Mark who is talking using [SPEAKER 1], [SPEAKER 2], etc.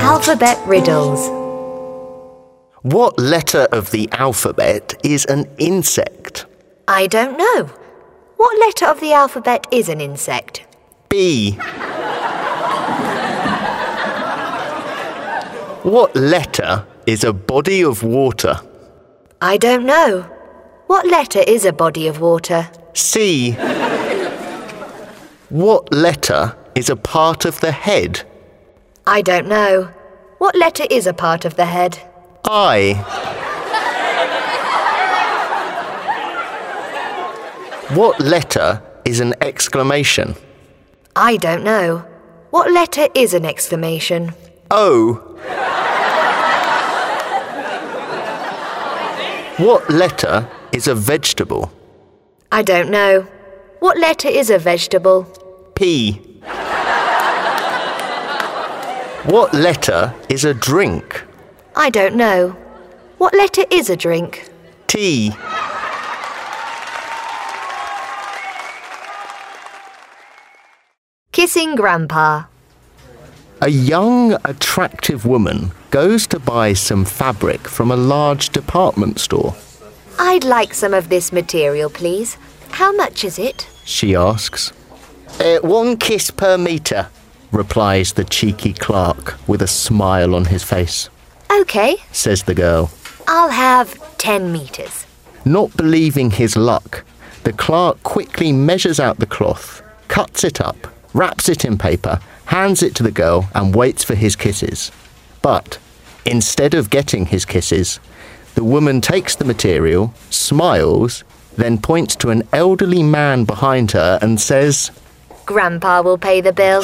[SPEAKER 1] Alphabet Riddles.
[SPEAKER 2] What letter of the alphabet is an insect?
[SPEAKER 1] I don't know. What letter of the alphabet is an insect?
[SPEAKER 2] B. what letter is a body of water?
[SPEAKER 1] I don't know. What letter is a body of water?
[SPEAKER 2] C. what letter is a part of the head?
[SPEAKER 1] I don't know. What letter is a part of the head?
[SPEAKER 2] I. what letter is an exclamation?
[SPEAKER 1] I don't know. What letter is an exclamation?
[SPEAKER 2] O. what letter is a vegetable?
[SPEAKER 1] I don't know. What letter is a vegetable?
[SPEAKER 2] P. what letter is a drink?
[SPEAKER 1] I don't know. What letter is a drink?
[SPEAKER 2] T.
[SPEAKER 1] Kissing Grandpa.
[SPEAKER 2] A young, attractive woman goes to buy some fabric from a large department store.
[SPEAKER 1] I'd like some of this material, please. How much is it?
[SPEAKER 2] She asks. Uh, one kiss per metre, replies the cheeky clerk with a smile on his face,
[SPEAKER 1] OK,
[SPEAKER 2] says the girl.
[SPEAKER 1] I'll have 10 metres.
[SPEAKER 2] Not believing his luck, the clerk quickly measures out the cloth, cuts it up, wraps it in paper, hands it to the girl, and waits for his kisses. But instead of getting his kisses, the woman takes the material, smiles, then points to an elderly man behind her and says,
[SPEAKER 1] Grandpa will pay the bill.